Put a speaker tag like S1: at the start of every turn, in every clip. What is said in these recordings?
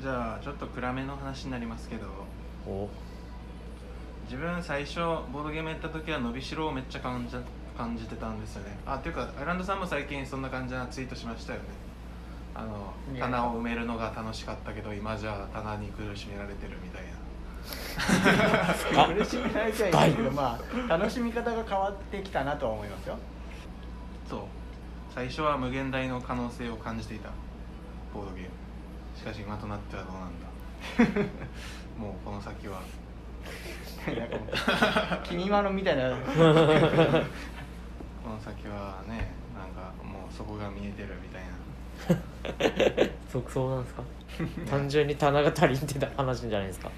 S1: じゃあちょっと暗めの話になりますけど
S2: お
S1: 自分最初ボードゲームやった時は伸びしろをめっちゃ感じ感じてたんですよねあっていうかアイランドさんも最近そんな感じなツイートしましたよねあの
S3: いや
S1: 棚を埋めるのが楽しかったけど今じゃあ棚に苦しめられてるみたいな
S2: あ
S3: 苦しみられちゃいないけど、まあ、楽しみ方が変わってきたなとは思い ますよ。
S1: そう最初は無限大の可能性を感じていたボードゲームしかし今となってはどうなんだ もうこの先は
S3: なんかもう、君まのみたいな。
S1: この先はねなんかもうそこが見えてるみ たいな
S2: そそうなんですか単純に棚が足りんって話じゃないですか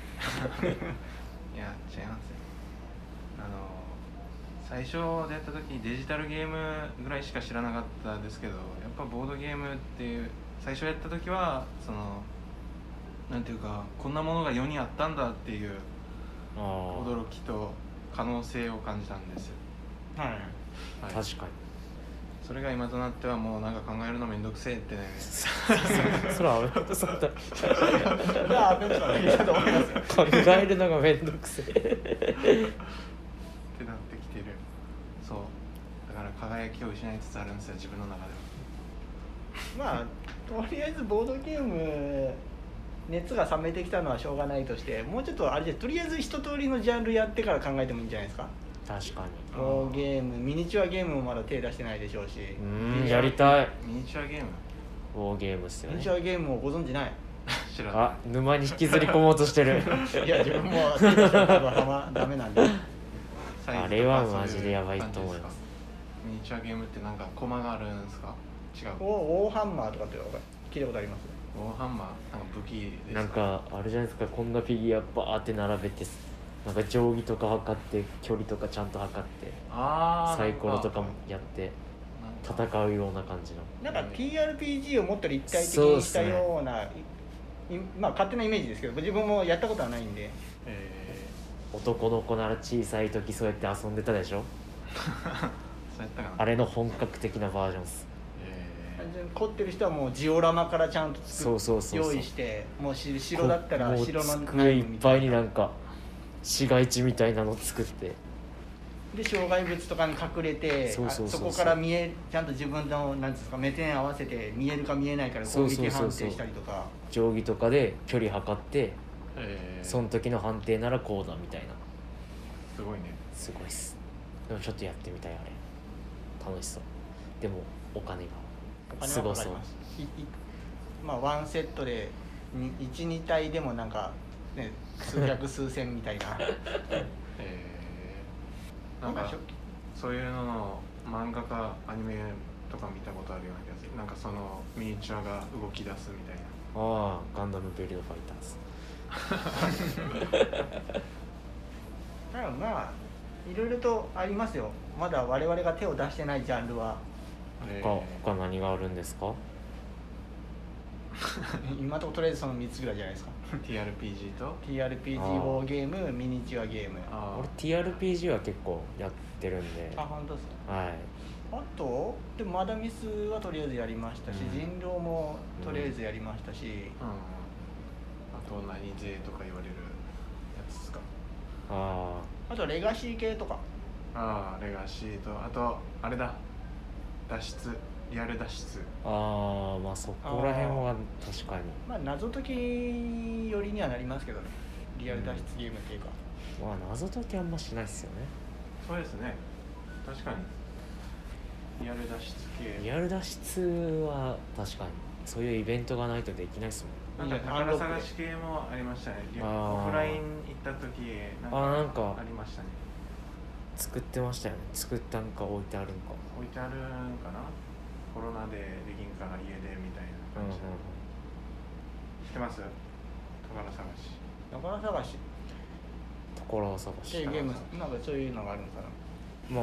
S1: いや違いますよあの最初出た時デジタルゲームぐらいしか知らなかったですけどやっぱボードゲームっていう最初やった時はそのなんていうかこんなものが世にあったんだっていう
S2: あ
S1: 驚きと可能性を感じたんですよ、
S3: はい。
S2: あ
S1: はい
S2: 確か
S1: それが今となってはもうなんか考えるのめんどくせえってね
S2: にそれは危ないそんな
S3: じゃあ、アベンジャーズだと思いますよ。
S2: 考えるのがめんどくせえ
S1: ってなってきてるそうだから輝きを失いつつあるんですよ自分の中では
S3: まあ、とりあえずボードゲーム。熱が冷めてきたのはしょうがないとして、もうちょっとあれで、とりあえず一通りのジャンルやってから考えてもいいんじゃないですか。
S2: 確かに
S3: ボードゲーム、ミニチュアゲームもまだ手出してないでしょうし。
S2: うーんやりたい
S1: ミニチュアゲー ム
S2: ウォーゲームっすよ
S3: ミニ
S2: ね
S3: チュアゲームをご存知ない。
S1: 知らない
S2: あ沼に引きずり込もうとしてる
S3: いや、自分も手出したら、あんまダメなんで。
S1: サイズとか
S2: あれは
S1: そうう
S2: マジでやばいと思
S1: 感じで
S2: います
S1: すかミニチュアゲームってなんかコマがあるんですか違うウ
S3: お、ウォーハンマーとかって、聞いたことあります。
S1: ォーハンマーなんか武器です
S2: なんかあれじゃないですかこんなフィギュアバーって並べてなんか定規とか測って距離とかちゃんと測って
S1: あー
S2: サイコロとかも
S1: なん
S2: やって
S1: なんか
S2: 戦うような感じの
S3: なんか TRPG をもっと立体的
S2: そうっ
S3: にし
S2: す
S3: た
S2: ね
S3: ような、いまあ勝手なイメージですけど自分もやったことはないんで
S1: え
S2: 男の子なら小さい時そうやって遊んでたでしょ
S1: ー、そうやったかな
S2: あれの本格的なバージョンっす
S1: え
S3: 単純に凝ってる人はもうジオラマからちゃんと
S2: そ
S3: 作
S2: う
S3: っ
S2: そうそうそう
S3: 用意してもうし白だった
S2: こ
S3: ら
S2: もう
S3: 白の
S2: 机いっぱいに
S3: な
S2: なんか市街地みたいなの作って
S3: で障害物とかに隠れて
S2: そうそうそうそう
S3: あこから見えちゃんと自分のなんですか目線合わせて見えるか見えないから
S2: そ
S3: 攻
S2: うそうそ
S3: 撃
S2: うそう
S3: 判定したりとか
S2: 定規とかで距離測って
S1: ー、えー、
S2: その時の判定ならこうだみたいな
S1: すごいね
S2: すごいっすでもちょっとやってみたいあれ楽しそうでもお金が
S3: お金
S2: すご
S3: はかか
S2: そ
S3: り
S2: う
S3: ますいいまあワンセットで12体でもなんか、ね、数百数千み たいな
S1: えー、な
S3: な
S1: んん
S3: か
S1: か
S3: しょ
S1: そういうのの漫画かアニメとか見たことあるような気がするなんかそのミニチュアが動き出すみたいな
S2: ああガンダムベルドファイターズ
S3: ただまあいろいろとありますよまだ我々が手を出してないジャン ルは
S1: え
S2: 他他何があるんですか
S3: 今のところとりあえずその3つぐらいじゃないですか
S1: ー、TRPG と
S3: TRPG ウ
S2: あー
S3: ォーゲームミニチュアゲームあ
S1: あ
S2: 俺
S1: ー
S2: TRPG は結構やってるんでは
S3: 本当ですか
S2: い
S3: あとでもマダミスはとりあえずやりましたし、
S2: うん
S3: 人狼もとりあえずやりましたし、
S1: うん、あと何勢とか言われるやつですか
S2: あ
S3: あとレガシー系とか
S1: ああレガシーとあとあれだ脱出リアル脱出
S2: ああーまあそこら辺は確かに
S3: まあ謎解き寄りにはなりますけどねリアル脱出ゲームっていうか、
S2: まあ謎解きあんましないっすよね
S1: そうですね確かにリアル脱出
S2: リ
S1: 系
S2: アル脱出は確かにそういうイベントがないとできないっすもん
S1: なんか宝探し系もありましたね
S2: あー
S1: オフライン行った時なん
S2: あー
S1: か
S2: なんか
S1: ありましたね
S2: 作ってましたよね作ったんか置いてあるんか
S1: 置いてあるんかなコロナでできんから家でみたいな
S2: うん
S1: 感
S2: うんうん
S1: じ、知ってます宝探し
S3: 宝探し
S2: ところを探
S3: ってい
S2: し
S3: うゲームなんかそういうのがあるのかな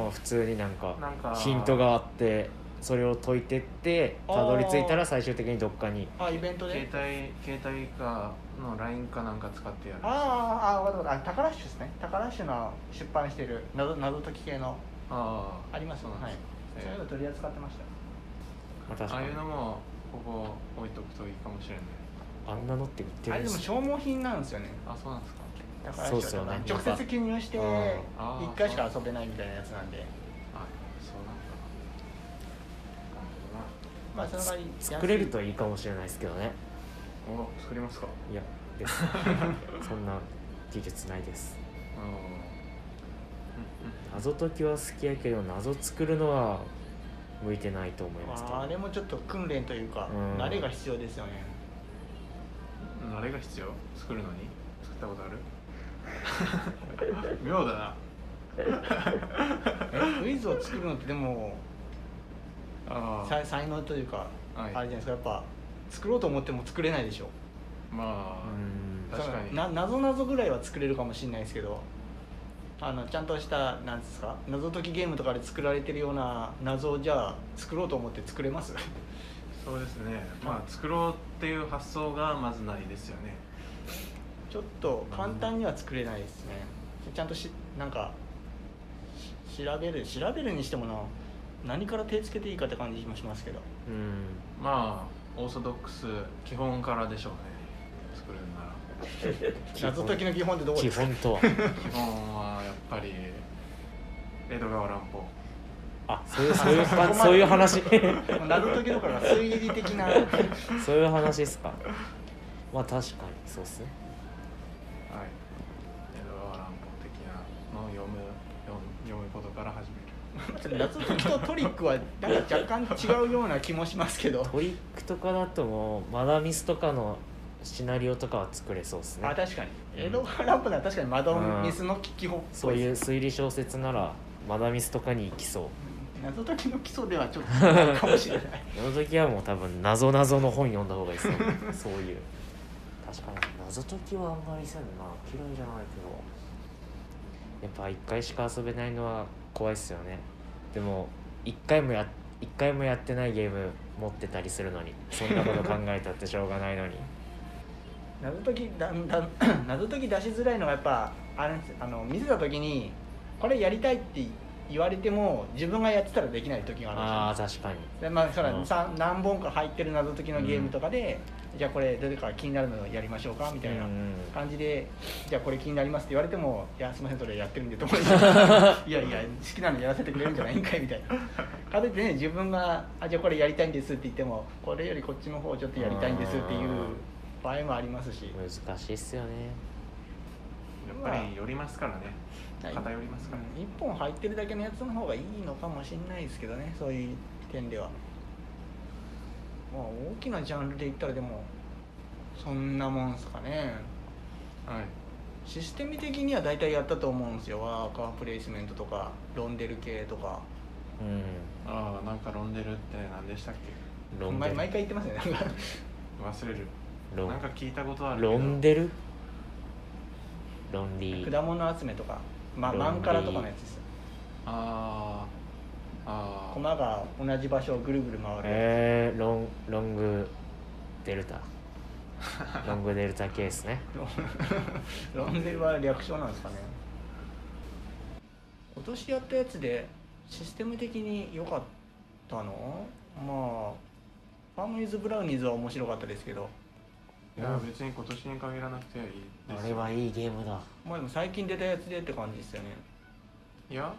S2: まあ普通になんか
S1: なんか
S2: ヒントがあってそれを解いてって
S3: あー
S2: たどり着いたら最終的にどっかに
S3: あイベント
S1: 携
S3: で
S1: 帯携帯かの LINE かなんか使ってやる
S3: あああわかったわかったあタカラッシュですねタカラッシュの出版してる謎謎解き系の
S1: あー
S3: あります
S1: そうなん
S3: は
S1: で
S3: い
S1: す
S3: そういうの取り扱ってました
S2: まあ確
S1: ああ
S2: かに
S1: いうのもここ置いとくといいかもしれない
S2: あんなのって売って
S3: あ
S2: る
S3: れ
S2: ん
S3: で
S2: で
S3: も
S2: す
S3: 消耗品なんですよね
S1: あそうなんですか
S3: だから
S2: そうっすよね
S3: 直接記入して
S2: うん
S1: あー
S3: 1回しか遊べないみたいなやつなんで
S1: あそうなんだなるほどな
S3: まあその代わり
S2: 作れるといいかもしれないですけどね
S1: お作りますか
S2: いやです そんな技術ないです
S1: ああうん
S2: 謎解きは好きやけど謎作るのは向いてないと思いますけど
S3: あれもちょっと訓練というか、
S2: うん
S3: 慣れが必要ですよね
S1: うん慣れが必要作るのに作ったことある 妙だな
S3: えクイズを作るのってでも
S1: あ
S3: 才
S1: あ
S3: 才能というか、
S1: はい
S3: あれじゃないですかやっぱ作ろうと思っても作れないでしょ
S1: まあ
S2: うん
S1: 確かに
S3: な謎謎ぐらいは作れるかもしれないですけどあのちゃんとしたなんですか謎解きゲームとかで作られてるような謎をじゃあ作ろうと思って作れます
S1: そうですねまあ作ろうっていう発想がまずないですよね
S3: ちょっと簡単には作れないですねちゃんとしなんかし調べる調べるにしてもな何から手つけていいかって感じもしますけど
S2: うん
S1: まあオーソドックス基本からでしょうね作るなら
S3: 謎解きの基本ってどこ
S2: 基
S3: ですか
S2: 本とは
S1: 基本はやっぱり江戸川乱歩
S2: あそういうそういうかそういう話
S3: もう謎解きどころか推理的な
S2: そういう話ですかまあ確かにそうっすね
S1: はい江戸川乱歩的なのを読む読む読むことから始める
S3: 謎解きとトリックはなんか若干違うような気もしますけど
S2: トリックとかだともうマダミスとかのシナリオとかは作れそうですね
S3: あ確かに
S2: うん
S3: 江戸川乱歩なら確かにマドンミスの基本っぽいです
S2: そういう推理小説ならマダミスとかに行きそう
S3: 謎解きの基礎ではちょっ と違うかもしれない
S2: 謎解きはもう多分謎謎の本読んだ方がいい ですよそういう確かに謎解きはあんまりせんな嫌いじゃないけどやっぱ1回しか遊べないのは怖いっすよねでも1回もや一回もやってないゲーム持ってたりするのにそんなこと考えたってしょうがないのに
S3: 謎解きだんだん謎解き出しづらいのがやっぱあれですあの見せた時にこれやりたいって言われても自分がやってたらできない時が あ
S2: あ
S3: るん
S2: あ確かに
S3: ですよでまあそれ
S2: うん
S3: さん何本か入ってる謎解きのゲームとかで、じゃあこれどれか気になるのやりましょうかみたいな
S2: うんうん
S3: 感じで、じゃあこれ気になりますって言われても「いやすいませんそれやってるんで」と思いながらいやいや好きなのやらせてくれるんじゃないんかい」みたいな。かといってね自分が「あじゃあこれやりたいんです」って言っても「これよりこっちの方ちょっとやりたいんです」っていう場合もありますし。
S2: 難しいっすよね
S1: やっぱり寄りますからね偏りますからね
S3: 1本入ってるだけのやつの方がいいのかもしれないですけどねそういう点ではまあ大きなジャンルで言ったらでもそんなもんすかね
S1: はい
S3: システム的には大体やったと思うんですよワーカープレイスメントとかロンデル系とか
S2: うん
S1: ああなんかロンデルって何でしたっけ
S2: 論
S3: 毎
S2: デ
S3: 毎
S2: ル
S3: 回言ってますよねなんか
S1: 忘れる
S2: ロン
S1: なんか聞いたことあるけど
S2: ロンデルロンリー
S3: 果物集めとか、まあ、
S2: ロンデ
S3: マ
S2: ル
S3: ンカラとかのやつです
S1: あーあー
S3: 駒が同じ場所をぐるぐる回る、
S2: えー、ロンロングデ ルタロングデルタケースね
S3: ロンデルは略称なんですかね今年やったやつでシステム的に良かったのまあファームイズ・ブラウニーズは面白かったですけど
S1: いや別に今年に限らなくていいですよ
S2: あれはいいゲームだ
S3: まあでも最近出たやつでって感じですよね
S1: いや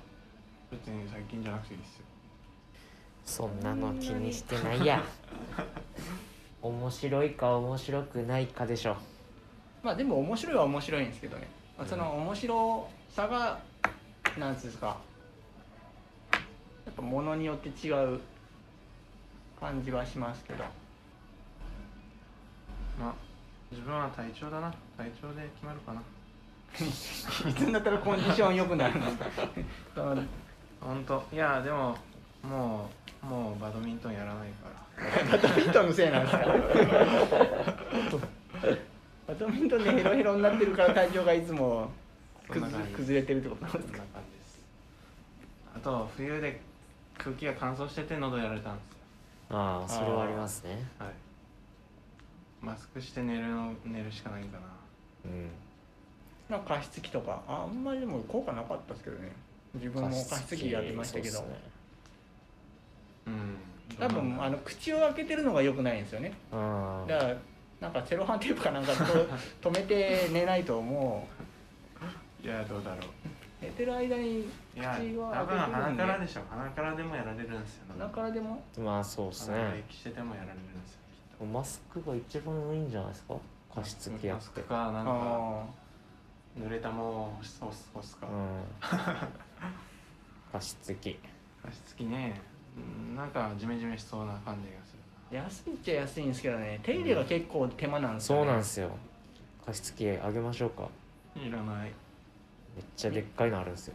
S1: 別に最近じゃなくていいですよ
S2: そんなの気にしてないや面白いか面白くないかでしょ
S3: まあでも面白いは面白いんですけどね、まあその面白さがなんつうんですかやっぱものによって違う感じはしますけど
S1: まあ自分は体調だな体調で決まるかない
S3: つになったらコンディション良くなるんですかその
S1: 本当いやでももうもうバドミントンやらないから
S3: バドミントンのせいなんですかバドミントンでヘロヘロになってるから体調がいつも
S1: そんな
S3: 崩
S1: 感じ
S3: 崩れてるってことなん
S1: そん
S3: です
S1: な
S3: か
S1: 感じですあと冬で空気が乾燥してて喉やられたんですよ
S2: ああそれはありますね
S1: はいマスクして寝るの寝るしかないかな
S2: うん
S3: なんか加湿器とかああんまりでも効果なかったですけどね自分も加湿器やってましたけど、
S2: そうっすね
S1: うん
S3: 多分あの口を開けてるのが良くないんですよね
S2: うん
S3: だからなんかセロハンテープかなん かと止めて寝ないとも
S1: いやどうだろう
S3: う寝てる間に
S1: い
S3: 口
S1: や
S3: は
S1: 多分
S3: 開
S1: 鼻
S3: けて
S1: か
S3: る
S1: ら
S3: ん
S1: で
S3: で
S1: しょ鼻からでもやられるんですよ
S3: 鼻からでも
S2: まあそうです
S1: 鼻で
S2: ね
S1: しててもやられるんですよきっと
S2: マスクが一番いいんじゃないですか加湿器やっ
S1: マス
S2: て
S1: クかなんか
S3: あ
S1: 濡れたもんを干す干すか、
S2: うん加湿器
S1: 加湿器ねうんなんかジメジメしそうな感じがする
S3: ー安いっちゃ安いんですけどね手入れが結構手間なんですよ、
S2: そ
S3: ね、
S2: うなんですよ加湿器あげましょうか
S1: ないらない
S2: めっちゃでっかいのあるんですよ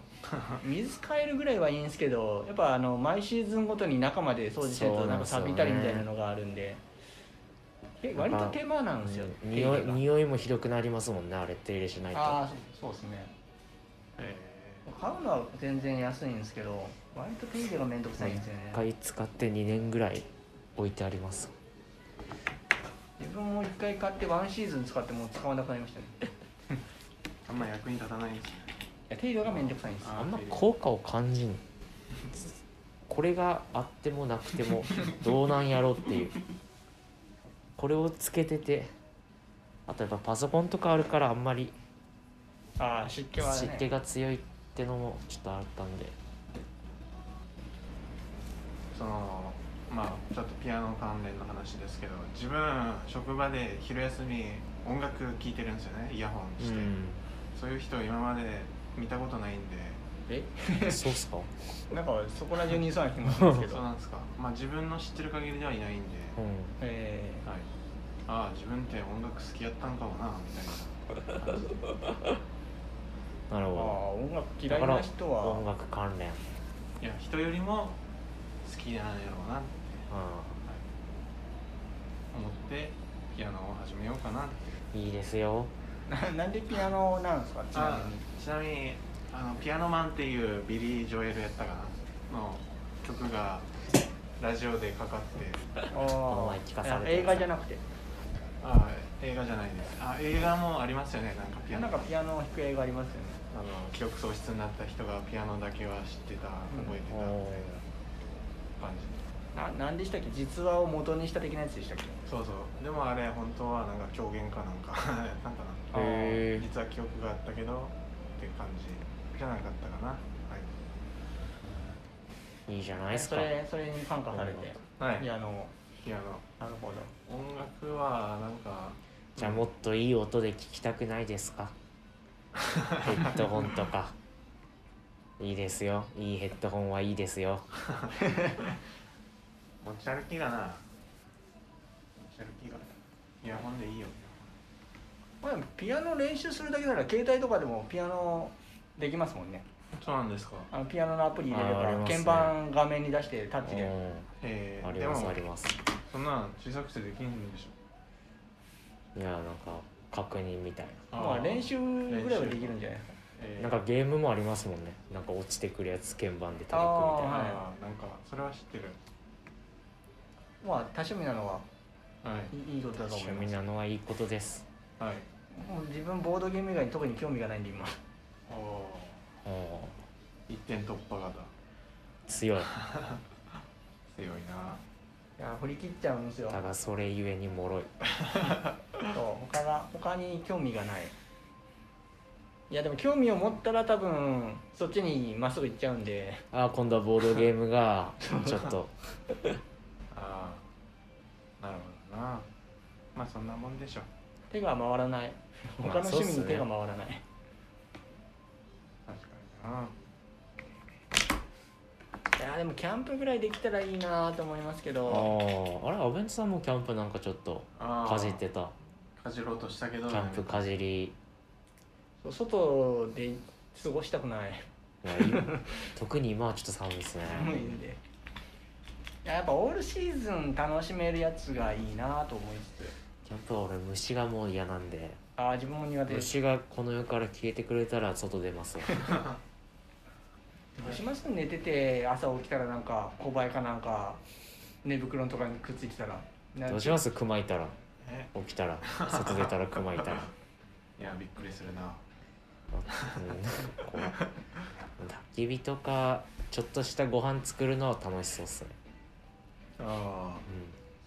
S3: 水変えるぐらいはいいんですけどやっぱあの毎シーズンごとに中まで掃除しない
S2: そ
S3: と
S2: うな
S3: な
S2: んん
S3: か
S2: ですよね
S3: 錆びたりみたいなのがあるんでえ割と手間なんですよ
S2: うん匂い
S3: 手入れが
S2: 匂いもひどくなりますもんねあれ手入れしないと
S3: ああそうですね
S1: え
S3: 買うのは全然安いんですけど割と手入れがめんどくさいんですよね
S2: 1回使って2年ぐらい置いてあります
S3: 自分も一回買ってワンシーズン使ってもう使わなくなりましたねい
S1: ーあんま役に立たないですね
S3: や手入れがめんどくさいんですよ
S2: あんま効果を感じんこれがあってもなくて もどうなんやろうっていうこれをつけててあとやっぱパソコンとかあるからあんまり
S3: ああ湿気はね
S2: 湿気が強いってのもちょっとあったんで
S1: そのまあちょっとピアノ関連の話ですけど自分職場で昼休み音楽聴いてるんですよねイヤホンして、
S2: う
S1: そういう人今まで見たことないんで
S3: え
S2: ん そうっすか
S3: なんかそこら中にいそうな気もするんですけ
S1: そう
S3: ど
S1: なんですかまあ自分の知ってる限りではいないんで、
S2: うん
S3: え
S1: はいああ自分って音楽好きやったんかもなみたいな
S2: なる
S3: ー、ああ
S2: ほ
S3: 音楽
S2: ど
S3: 嫌い
S2: だから
S3: な人は
S2: 音楽関連うん
S1: いや人よりも好きなんやろうなって、はい、思ってピアノを始めようかなって
S2: いいですよ
S3: ななんでピアノなんですかちな
S1: あ
S3: みに
S1: ちなみにあの「ピアノマン」っていうビリー・ジョエルやったかなの曲がラジオでかかって
S3: あー
S2: お前聞かされてる
S3: 映画じゃなくて
S1: あ映画じゃないですあ映画もありますよねなんかピア
S3: な
S1: ノ
S3: んかピアノを弾く映画ありますよね
S1: あの記憶喪失になった人がピアノだけは知ってた覚えてたみたいな感じ
S3: ななんでしたっけ実話を元にした的なやつでしたっけ
S1: そうそうでもあれ本当はなんか狂言かなんか なんか
S3: あー
S1: な
S2: へえ
S1: 実は記憶があったけどって感じじゃなかったかなはい
S2: いいじゃないです
S3: そ
S2: か
S3: れそれに感化されて、
S1: はい
S3: ピアノを
S1: ピアノ
S3: なるほど
S1: 音楽はなんか
S2: じゃあもっといい音で聞きたくないです かヘッドホンとかいいですよいいヘッドホンはいいですよ
S1: 持ち歩きがな持ち歩きがイヤホンでいいよ
S3: まあでもピアノ練習するだけなら携帯とかでもピアノできますもんね
S1: そうなんですか
S3: あのピアノのアプリ入れれ
S2: あーあり
S3: ば、
S2: ますね
S3: 鍵盤画面に出してタッチで
S1: え
S2: うん
S1: ー
S2: あり
S1: で
S2: ます
S1: も
S2: あります
S1: そんな小さくてできんでし
S2: いやなんか確認みたい
S1: ょ
S3: まあ
S1: ー
S3: 練習ぐらいはできるんじゃないですか
S1: えー
S2: ななんかゲームもありますもんねなんか落ちてくるやつ鍵盤で叩くみたいな
S1: はい
S3: はい
S1: なんかそれは知ってる
S3: まあ多趣味なのは
S1: はい
S3: いいいことだと思
S2: 趣
S3: いま
S2: 味
S3: す
S2: なのはいいことです
S1: はい
S3: もう自分ボードゲーム以外に特に興味がないんで今
S1: おお
S2: お
S1: ー一点突破型
S2: 強 い
S1: 強いない
S3: や振り切っちゃうんですよ
S2: だがそれゆえに脆い
S3: そう他が他に興味がないいやでも興味を持ったら多分そっちにまっすぐ行っちゃうんで
S2: あー今度はボードゲームがちょっ と
S1: ああなるほどなまあそんなもんでしょ
S3: 手が回らない
S2: まあ
S3: 他の趣味
S2: そう
S3: に
S2: っすね
S3: 手が回らない、
S1: 確かにない
S3: やでもキャンプぐらいできたらいいなと思いますけ
S2: あ
S3: ど
S2: ーあれアベンツさんもキャンプなんかちょっと
S1: あー
S2: かじってた
S1: かじろうとしたけど
S2: キャンプかじり
S3: そう外で過ごしたくない
S2: いや 今特に今はちょっと寒いですね
S3: 寒いんでいややっぱオールシーズン楽しめるやつがいいなと思いつつ
S2: キャンプは俺虫がもう嫌なんで
S3: ああ自分も苦手です
S2: 虫がこの世から消えてくれたら外出 ますよ
S3: します寝てて朝起きたらなんか小バエかなんか寝袋のとかにくっついてたらな
S2: ど
S3: んか
S2: うします熊いたら
S1: え
S2: 起きたら外出たら熊いたら、
S1: いやびっくりするな
S2: うん、怖い 焚き火とかちょっとしたご飯作るのは楽しそうっすね、
S1: ああ
S2: う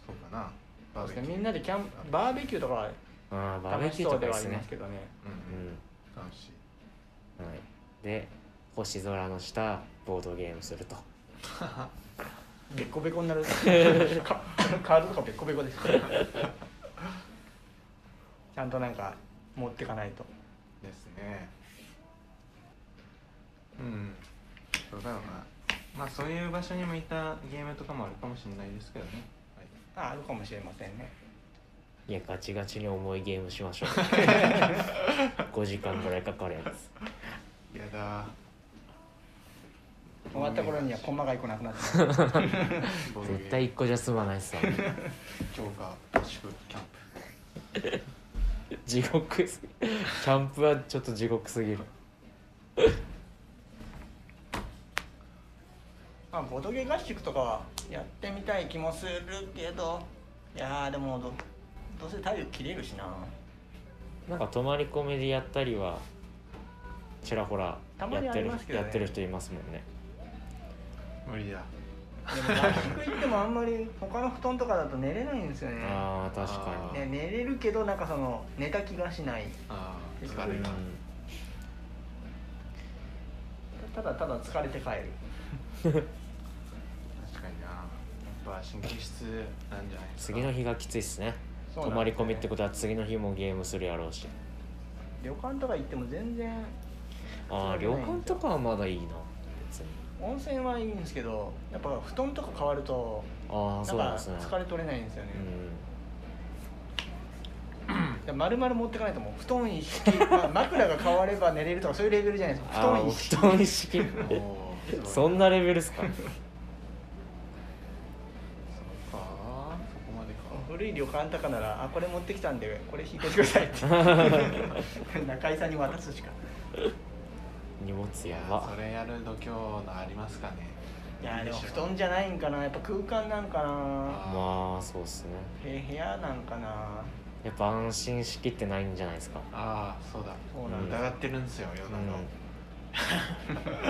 S1: そうかなバー
S3: そう
S1: ベキ
S3: です
S1: ュー
S3: ねみんなでキャンバーベキューとかは
S2: ああバーベ
S3: 楽
S2: キ
S3: し
S2: ュー
S3: そ
S2: と
S3: う
S2: かで
S3: ではあ
S2: す
S3: りま
S2: ね
S3: すけどね
S1: う
S2: うんん
S1: うん楽しい
S2: はい、で星空の下ボードゲームすると
S3: べっこべこに なるかカードとかべっこべこですからちゃんとなんか持ってかないと
S1: ですねうんそうだろうなまあそういう場所に向いたゲームとかもあるかもしれないですけどね、はい、
S3: ああるかもしれませんね
S2: いやガチガチに重いゲームしま しょう5時間ぐらいかかるやつ
S1: やだ
S3: 終わった頃には細かい子なくなって
S1: ボードゲーム
S2: 絶対1個じゃ済まないっすよね
S1: 今日が合宿キャンプ
S2: 地獄すぎキャンプはちょっと地獄すぎる
S3: まあ、ボドゲ合宿とかはやってみたい気もするけどいやーでもどどうせ体力切れるしな
S2: なんか泊まり込みでやったりはちらほら
S3: たまに
S2: やって
S3: あり
S2: る、
S3: ますけど
S2: や
S3: ね
S2: ってる人いますもんね
S1: 無理だ
S3: でも合宿行ってもあんまり他の布団とかだと寝れないんですよね
S2: ああ確かに
S3: ね寝れるけどなんかその寝た気がしない
S1: ああ疲れ
S2: うん
S1: た、
S3: ただただ疲れて帰
S1: 確かに
S3: る
S1: なやっぱ神経質なんじゃないですか
S2: 次の日がきついっすね
S3: そう
S2: 泊
S3: な
S2: ま
S3: んで
S2: り
S3: す
S2: 込
S3: よね
S2: みってことは次の日もゲームするやろうし
S3: 旅館とか行っても全然
S2: ああ
S3: そ
S2: 旅
S3: うなんだ
S2: 館とかはまだいいな別に
S3: 温泉はいいんですけどやっぱ布団とか変わると
S2: あ
S3: な
S2: あ
S3: ん
S2: そうなん
S3: か
S2: ですね
S3: 疲れ取れないんですよね
S2: う
S3: まるまる持ってかないともう布団一式、まあ、枕が変われば寝れるとかそういうレベルじゃないですか布団
S2: んあ
S3: 一式
S2: 布団一式
S1: おおーす ごい
S2: そんなレベルですか
S1: そうかそこまでか
S3: 古い旅館とかならあこれ持ってきたんでこれ引いてくださいって中居さんに渡すしか
S2: 荷物
S1: い
S2: や
S1: や
S2: ば
S1: それやる度胸のありますかね
S3: いやでも
S1: いいでし
S3: 布
S1: ょう
S3: 団じゃないんかなやっぱ空間なんかな
S2: まあそうっすね
S3: へ部屋なんかな
S2: やっぱ安心しきってないんじゃないですか
S1: ああそうだ
S3: そうなん
S2: だ
S1: 疑ってるんですよ世の中を、
S2: うん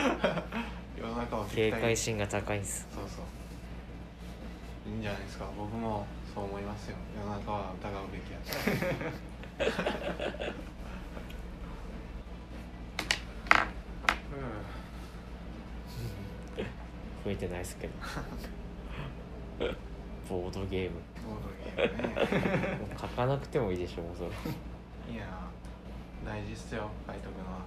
S1: 世の中を
S2: 警戒
S1: そう
S2: 心が高いんす
S1: そういいんじゃないですか僕もそう思いますよ世の中は疑うべきやつうん
S2: 増えてないですけどボードゲーム
S1: ボードゲームね
S2: もう書かなくてもいいでしょもうそれ
S1: いや大事っすよ書いとくのは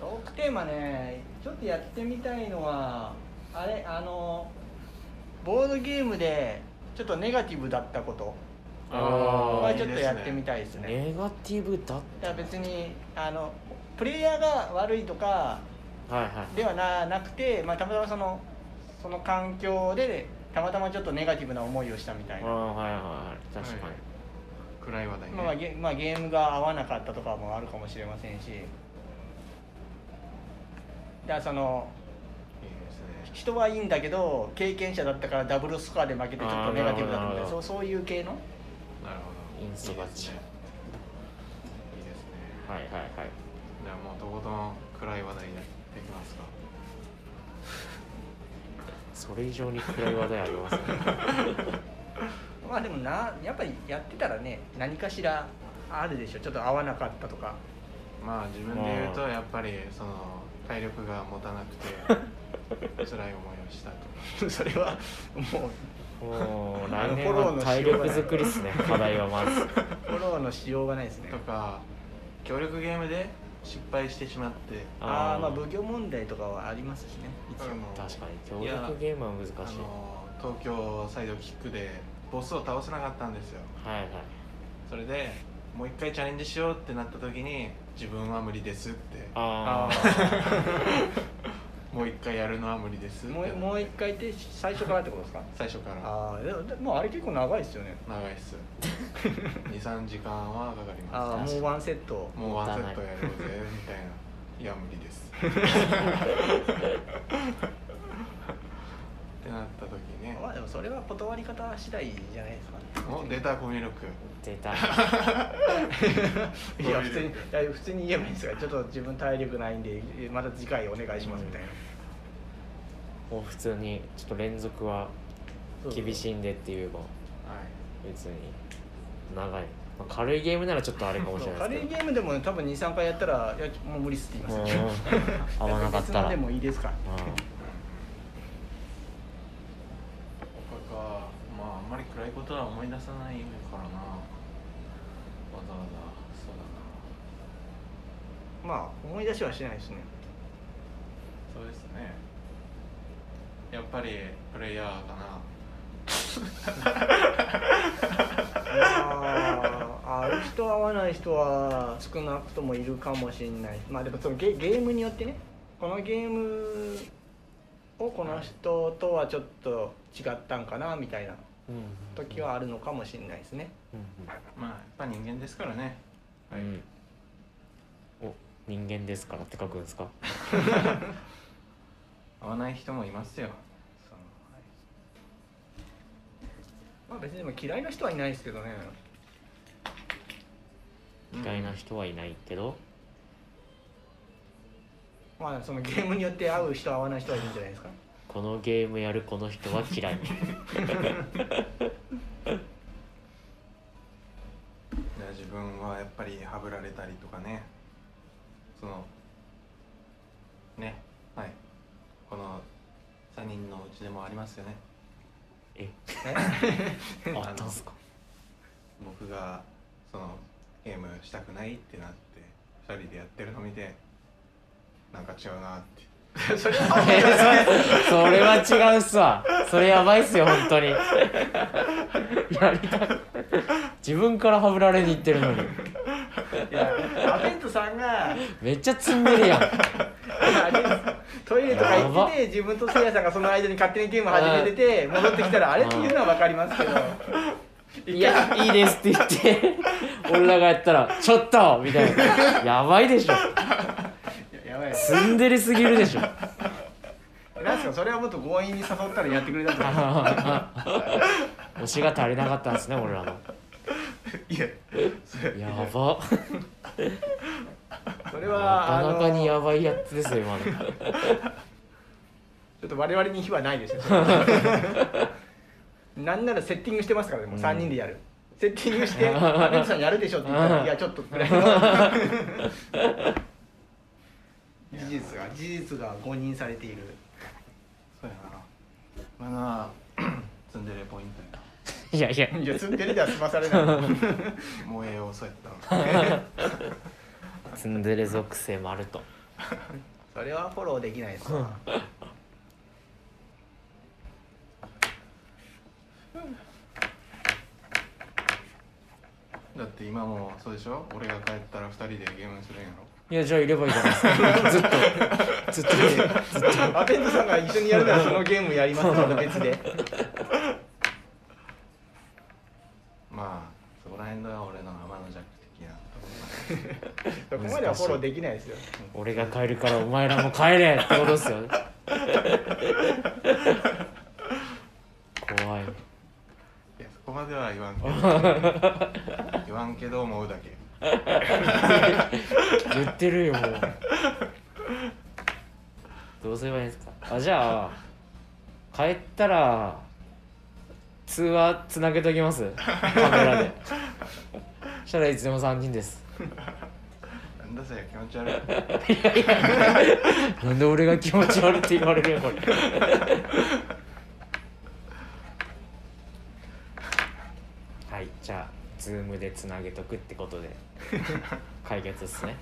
S3: トークテーマねちょっとやってみたいのはあれあのボードゲームでちょっとネガティブだったこと
S2: あー
S3: はい
S2: い
S3: ちょっとやってみ
S1: い
S3: たいですね
S2: ネガティブだっ
S3: いや別にあのプレイヤーが悪いとか
S2: たはいはい
S3: ではななくて、まあ、たまたまそのその環境でたまたまちょっとネガティブな思いをしたみたい
S2: あ
S3: な、
S2: あはいはいはい確かに、
S1: 暗い話題ね、
S3: まあゲまあ、ゲームが合わなかったとかもあるかもしれませんしだからその
S1: いいですね
S3: 人はいいんだけど経験者だったからダブルスコアで負けてちょっとネガティブだった
S2: あーなるほどな
S3: みたい
S2: る
S3: な
S2: ほ
S3: そ
S2: ど
S3: うそういう系の
S1: なるほど
S2: インストバッチ
S1: いいですねいいですね
S2: はいはいはい
S1: じゃあもうとことん暗い話題やっていきますか
S2: それ以上に暗い話題ありますね
S3: まあでもなやっぱりやってたらね何かしらあるでしょちょっと合わなかったとか
S1: まあ自分で言うとやっぱりその体力が持たなくて辛い思いをしたとか
S3: それはもう
S2: もう来
S3: フ
S2: 年
S3: ォロー
S2: は
S3: のし
S2: 体
S3: ようが
S2: 力作りっすね課題はまず
S3: フォローのしようがないですね
S1: とか協力ゲームで失敗してしまって
S3: あ
S2: あ
S3: あ
S2: ー
S3: まあ奉行問題とかはありますしね一応
S1: あの
S2: 確かに協
S1: いや
S2: 力ゲームは難しい
S1: あの東京サイドキックでボスを倒せなかったんですよ
S2: はいはい
S1: それでもう一回チャレンジしようってなった時に自分は無理ですって
S2: あ
S1: もう一回やるのは無理ですって
S3: もうもう一回って最初からってことですか
S1: 最初から
S3: ああでもでもあれ結構長いですよね
S1: 長いっす23時間はかかり
S3: ああ
S1: ま
S3: もうワンセット
S1: すもうワンセットやろうぜみたいないや無理ですっ てなった時ね
S3: まあでもそれは断り方次第じゃないですか
S1: お出たコミュ力
S2: ー出た
S3: いや普通にいや普通に言えばいいんですがちょっと自分体力ないんでまた次回お願いしますみたいな、
S2: もう普通にちょっと連続は厳しいんでっていうの
S1: はい
S2: 別に長い、まあ軽いゲームならちょっとあれかもしれない
S3: 軽
S2: です
S3: い
S2: けど
S3: ゲームでもね多分23回やったらいやもう無理っすって言いますよ
S2: うん合わなかったら
S3: 別のでもいいですか
S2: う
S1: 他かまああんまり暗いことは思い出さないからなわざわざそうだな
S3: まあ思い出しはしないですね
S1: そうですねやっぱりプレイヤーかな
S3: あー会う人会わない人は少なくともいるかもしれないまあでもそのゲゲームによってねこのゲームをこの人とはちょっと違ったんかなみたいなん
S2: うん
S3: 時はあるのかもしれないですね
S2: うん
S1: まあやっぱ人間ですからね
S2: うんうんお人間ですからって書くんですか
S1: 合わない人もいますよ
S3: そのはいまあ別にでも嫌いな人はいないですけどね
S2: 嫌いな人はいないけど、
S3: まあそのゲームによって会う人会わない人はいるんじゃないですか
S2: このゲームやるこの人は 嫌い
S1: じゃあ自分はやっぱりはぶられたりとかねそのねはいこの3人のうちでもありますよね
S2: え
S1: あの
S2: あったんすか
S1: 僕がそのゲームしたくないってなって2人でやってるの見てなんか違うなって それは
S2: えそ それは違うっすわそれやばいっすよ本当にやりたく自分からはぶられに行ってるのに
S3: いやアベントさんが
S2: めっちゃ積んでるやん
S3: あれトイレとか行ってて自分とせいやさんがその間に勝手にゲーム始めてて戻ってきたらあれっていうのは分かりますけど
S2: いやいいですって言って俺らがやったら「ちょっと!」みたいなやばいでしょ
S3: いややばいです
S2: 積んでりすぎるでしょ
S3: なんすかそれはもっと強引に誘ったらやってくれたとか
S2: 推しが足りなかったんですね俺らの
S1: いやそれ
S2: やば
S3: それ
S2: な
S3: はあ
S2: かなかにや
S3: の
S2: ばいやつですよ今の
S3: ちょっと我々に非はない ですよなんならセッティングしてますからねもう3人でやる、セッティングして「アベントさんやるでしょ」って言ったら「いやち ょっと」ぐらいの事実が事実が誤認されている
S1: そうやなまだ ツンデレポイントや
S2: いやいや
S3: いや積んでるでは済まされない
S1: な燃えようそうやったわ
S2: ツンデレ属性もあると
S3: それはフォローできないですわ
S1: だって今もそうでしょ俺が帰ったら2人でゲームするんやろ
S2: いやじゃあいればいいじゃないですかずっとずっと
S3: アベントさんが一緒にやるならそのゲームやりますまた別で
S1: まあそこら辺が俺の天の弱的なとこ
S3: そこまではフォローできないですよ
S2: 俺が帰るからお前らも帰れってことですよね怖い
S1: ろいやそこまでは言わんけど言わんけど思うだけ
S2: 言ってるよもうどうすればいいんですかあじゃあ帰ったら通話つなげときますカメラでそしたらいつでも3人です
S1: なんだそれ気持ち悪い
S2: なんで俺が気持ち悪いって言われるよこれはいじゃあズームでつなげとくってことで解決っすね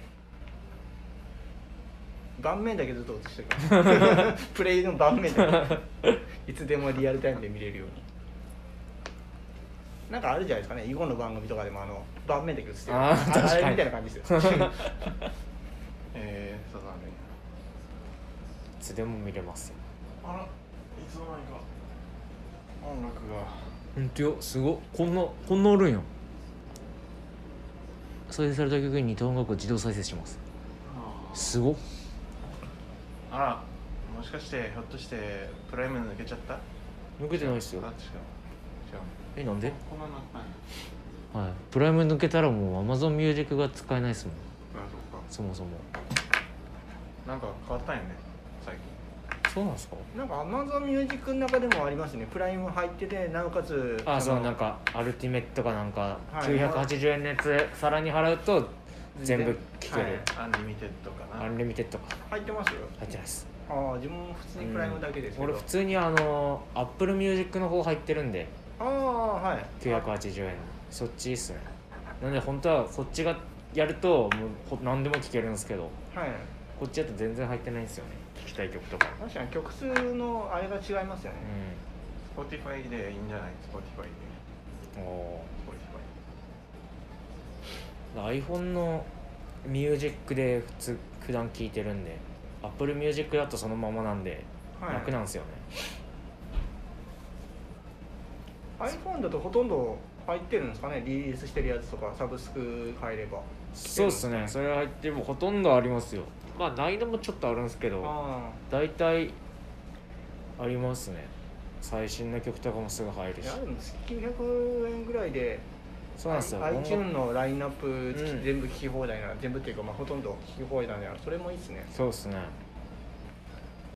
S3: 盤面だけずっと映してるから プレイの盤面だけいつでもリアルタイムで見れるようになんかあるじゃないですかね囲碁の番組とかでもあの盤面だけ映してる
S2: あー確かに
S3: あれみたいな感じですよ
S1: えー、そうなんだ
S2: いつでも見れますよ
S1: あらいつの間にか音楽が
S2: ほんとよすごっこんなこんなあるんや再生された曲に音楽を自動再生しますすごっ
S1: あらもしかしてひょっとしてプライム抜けちゃったあ
S2: 抜けてないっす
S1: 違う違
S2: よ
S1: う
S2: えなんで、
S1: こんなのあったんや
S2: はい、プライム抜けたらもう AmazonMusic が使えないっすもん
S1: あそっか
S2: そもそも
S1: なんか変わったんやね最近
S2: そうなんですか
S3: なんか Amazon ミュージックの中でもありますねプライム入っててなおかつ
S2: あそう
S3: の
S2: なんかアルティメットかなんか
S3: はい
S2: 980円のやつさらに払うと全部聞け
S3: は
S2: る
S3: い
S1: アンリミテッドか
S2: ア
S1: な
S2: ンリミテッドか
S3: 入ってますよ
S2: 入ってないです
S3: ああ自分も普通にプライムだけですけど、
S2: 俺普通にあのアップルミュージックの方入ってるんで
S3: ああはい
S2: 980円そっちいいっすねなんで本当はそっちがやるともうほ何でも聴けるんですけど
S3: はい
S2: こっちだと全然入ってないんですよね聴きたい曲とか
S3: 確かに曲数のあれが違いますよね、
S1: Spotify でいいんじゃない Spotify で
S2: うんお
S1: Spotify
S2: ー iPhone のミュージックで普通普段聴いてるんで Apple Music だとそのままなんで
S3: はい
S2: 楽なんですよね、
S3: iPhone だとほとんど入ってるんですかねリリースしてるやつとかサブスク入れば
S2: そうっすねそれ入ってもほとんどありますよまあ難易度もちょっとあるんですけど
S3: あ
S2: 大体ありますね最新の曲とかもすぐ入
S3: あ
S2: る
S3: い
S2: し
S3: やでも月900円ぐらいで
S2: そうなんですよ
S3: iTune のラインナップ
S2: ん
S3: 全部聞き放題なら、全部っていうかまあほとんど聞き放題ならそれもいいですね
S2: そうですね